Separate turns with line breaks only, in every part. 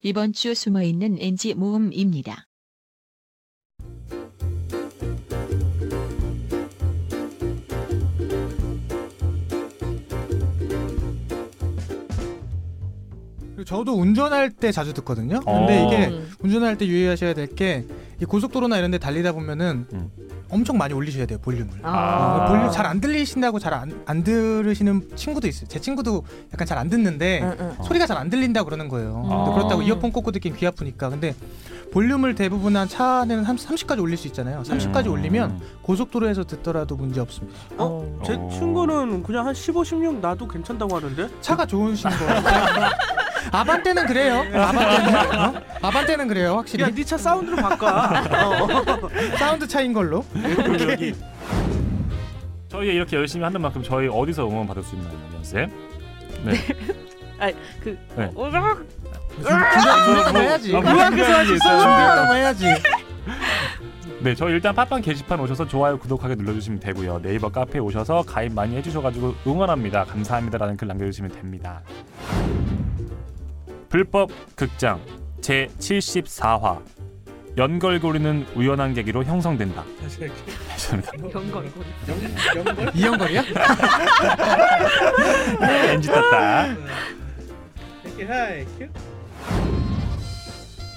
이번 주 숨어있는 NG 모음입니다.
그리고 저도 운전할 때 자주 듣거든요. 근데
어.
이게
음.
운전할 때 유의하셔야 될 게 고속도로나 이런 데 달리다 보면은 엄청 많이 올리셔야 돼요, 볼륨을. 어,
아.
볼륨 잘 안 들리신다고 잘 안 들으시는 친구도 있어요. 제 친구도 약간 잘 안 듣는데
응, 응.
어.
소리가 잘 안 들린다 그러는 거예요.
아.
근데 그렇다고 이어폰 꽂고 듣긴 귀 아프니까. 근데 볼륨을 대부분 한 차는 한 30까지 올릴 수 있잖아요.
네.
30까지 올리면
음.
고속도로에서 듣더라도 문제 없습니다.
어?
어.
제 친구는 그냥 한 15, 16 나도 괜찮다고 하는데
차가 좋으신 거예요. 아반떼는 그래요. 아반떼는 어? 아반떼는 그래요, 확실히.
야네 차 사운드로 바꿔 어.
사운드 차인 걸로.
네, 여기. 저희가 이렇게 열심히 하는 만큼 저희 어디서 응원 받을 수 있나요, 연쌤
우럭!
준비했다고 해야지.
아, 무슨 생각이 있어요?
준비했다고 해야지.
네, 저희 일단 팟빵 게시판 오셔서 좋아요, 구독하기 눌러주시면 되고요. 네이버 카페에 오셔서 가입 많이 해주셔가지고 응원합니다, 감사합니다라는 글 남겨주시면 됩니다. 불법 극장 제 74화 연결고리는 우연한 계기로 형성된다.
어.
죄송합니다.
경건고.
이영걸이야?
엔지 떴다.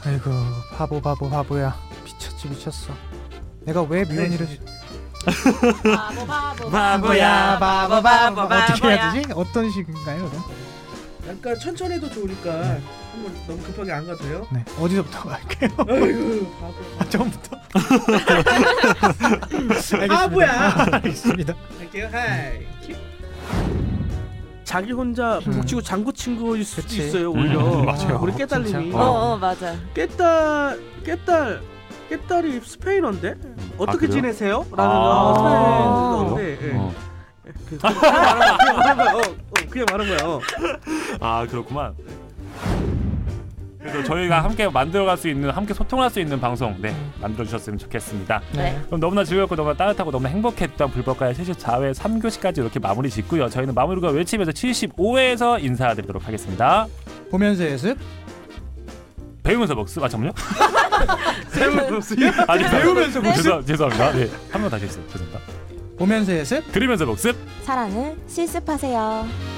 아이고 바보 바보 바보야. 미쳤지 미쳤어. 내가 왜 미연이를
바보 바보
어떻게 해야 되지? 어떤 식인가요? 그럼?
약간 천천히 해도 좋으니까 한번 너무 급하게 안 가도 돼요?
네 어디서부터 갈게요?
아이고 바보
아, 처음부터. 알겠습니다.
바보야.
아, 알겠습니다.
갈게요 하이 큐.
자기 혼자
음.
북치고 장구 친구일 수도
그치.
있어요
음,
오히려
맞아요.
우리 깨달님이
진짜.
어어 맞아.
깨달 깨달 깨달이 스페인어인데 어떻게
그래요?
지내세요?
아,
라는 어, 스페인어인데 예.
어.
그- 그냥 말한 거야. 그냥 말한 거야. 어, 어, 그냥 말한 거야. 어.
아 그렇구만. 그래서 저희가 함께 만들어갈 수 있는, 함께 소통할 수 있는 방송, 네 만들어 주셨으면 좋겠습니다.
네.
그럼 너무나 즐겁고 너무나 따뜻하고 너무나 행복했던 불법가의 74회 3교시까지 이렇게 마무리 짓고요. 저희는 마무리가 외치면서 75회에서 인사드리도록 하겠습니다.
보면서 예습.
배우면서 복습 아 잠깐만요.
세울-
아니
배우면서 복습?
죄송, 죄송합니다. 네. 한 번 다시 했어요. 죄송합니다.
보면서 예습.
들으면서 복습.
사랑을 실습하세요.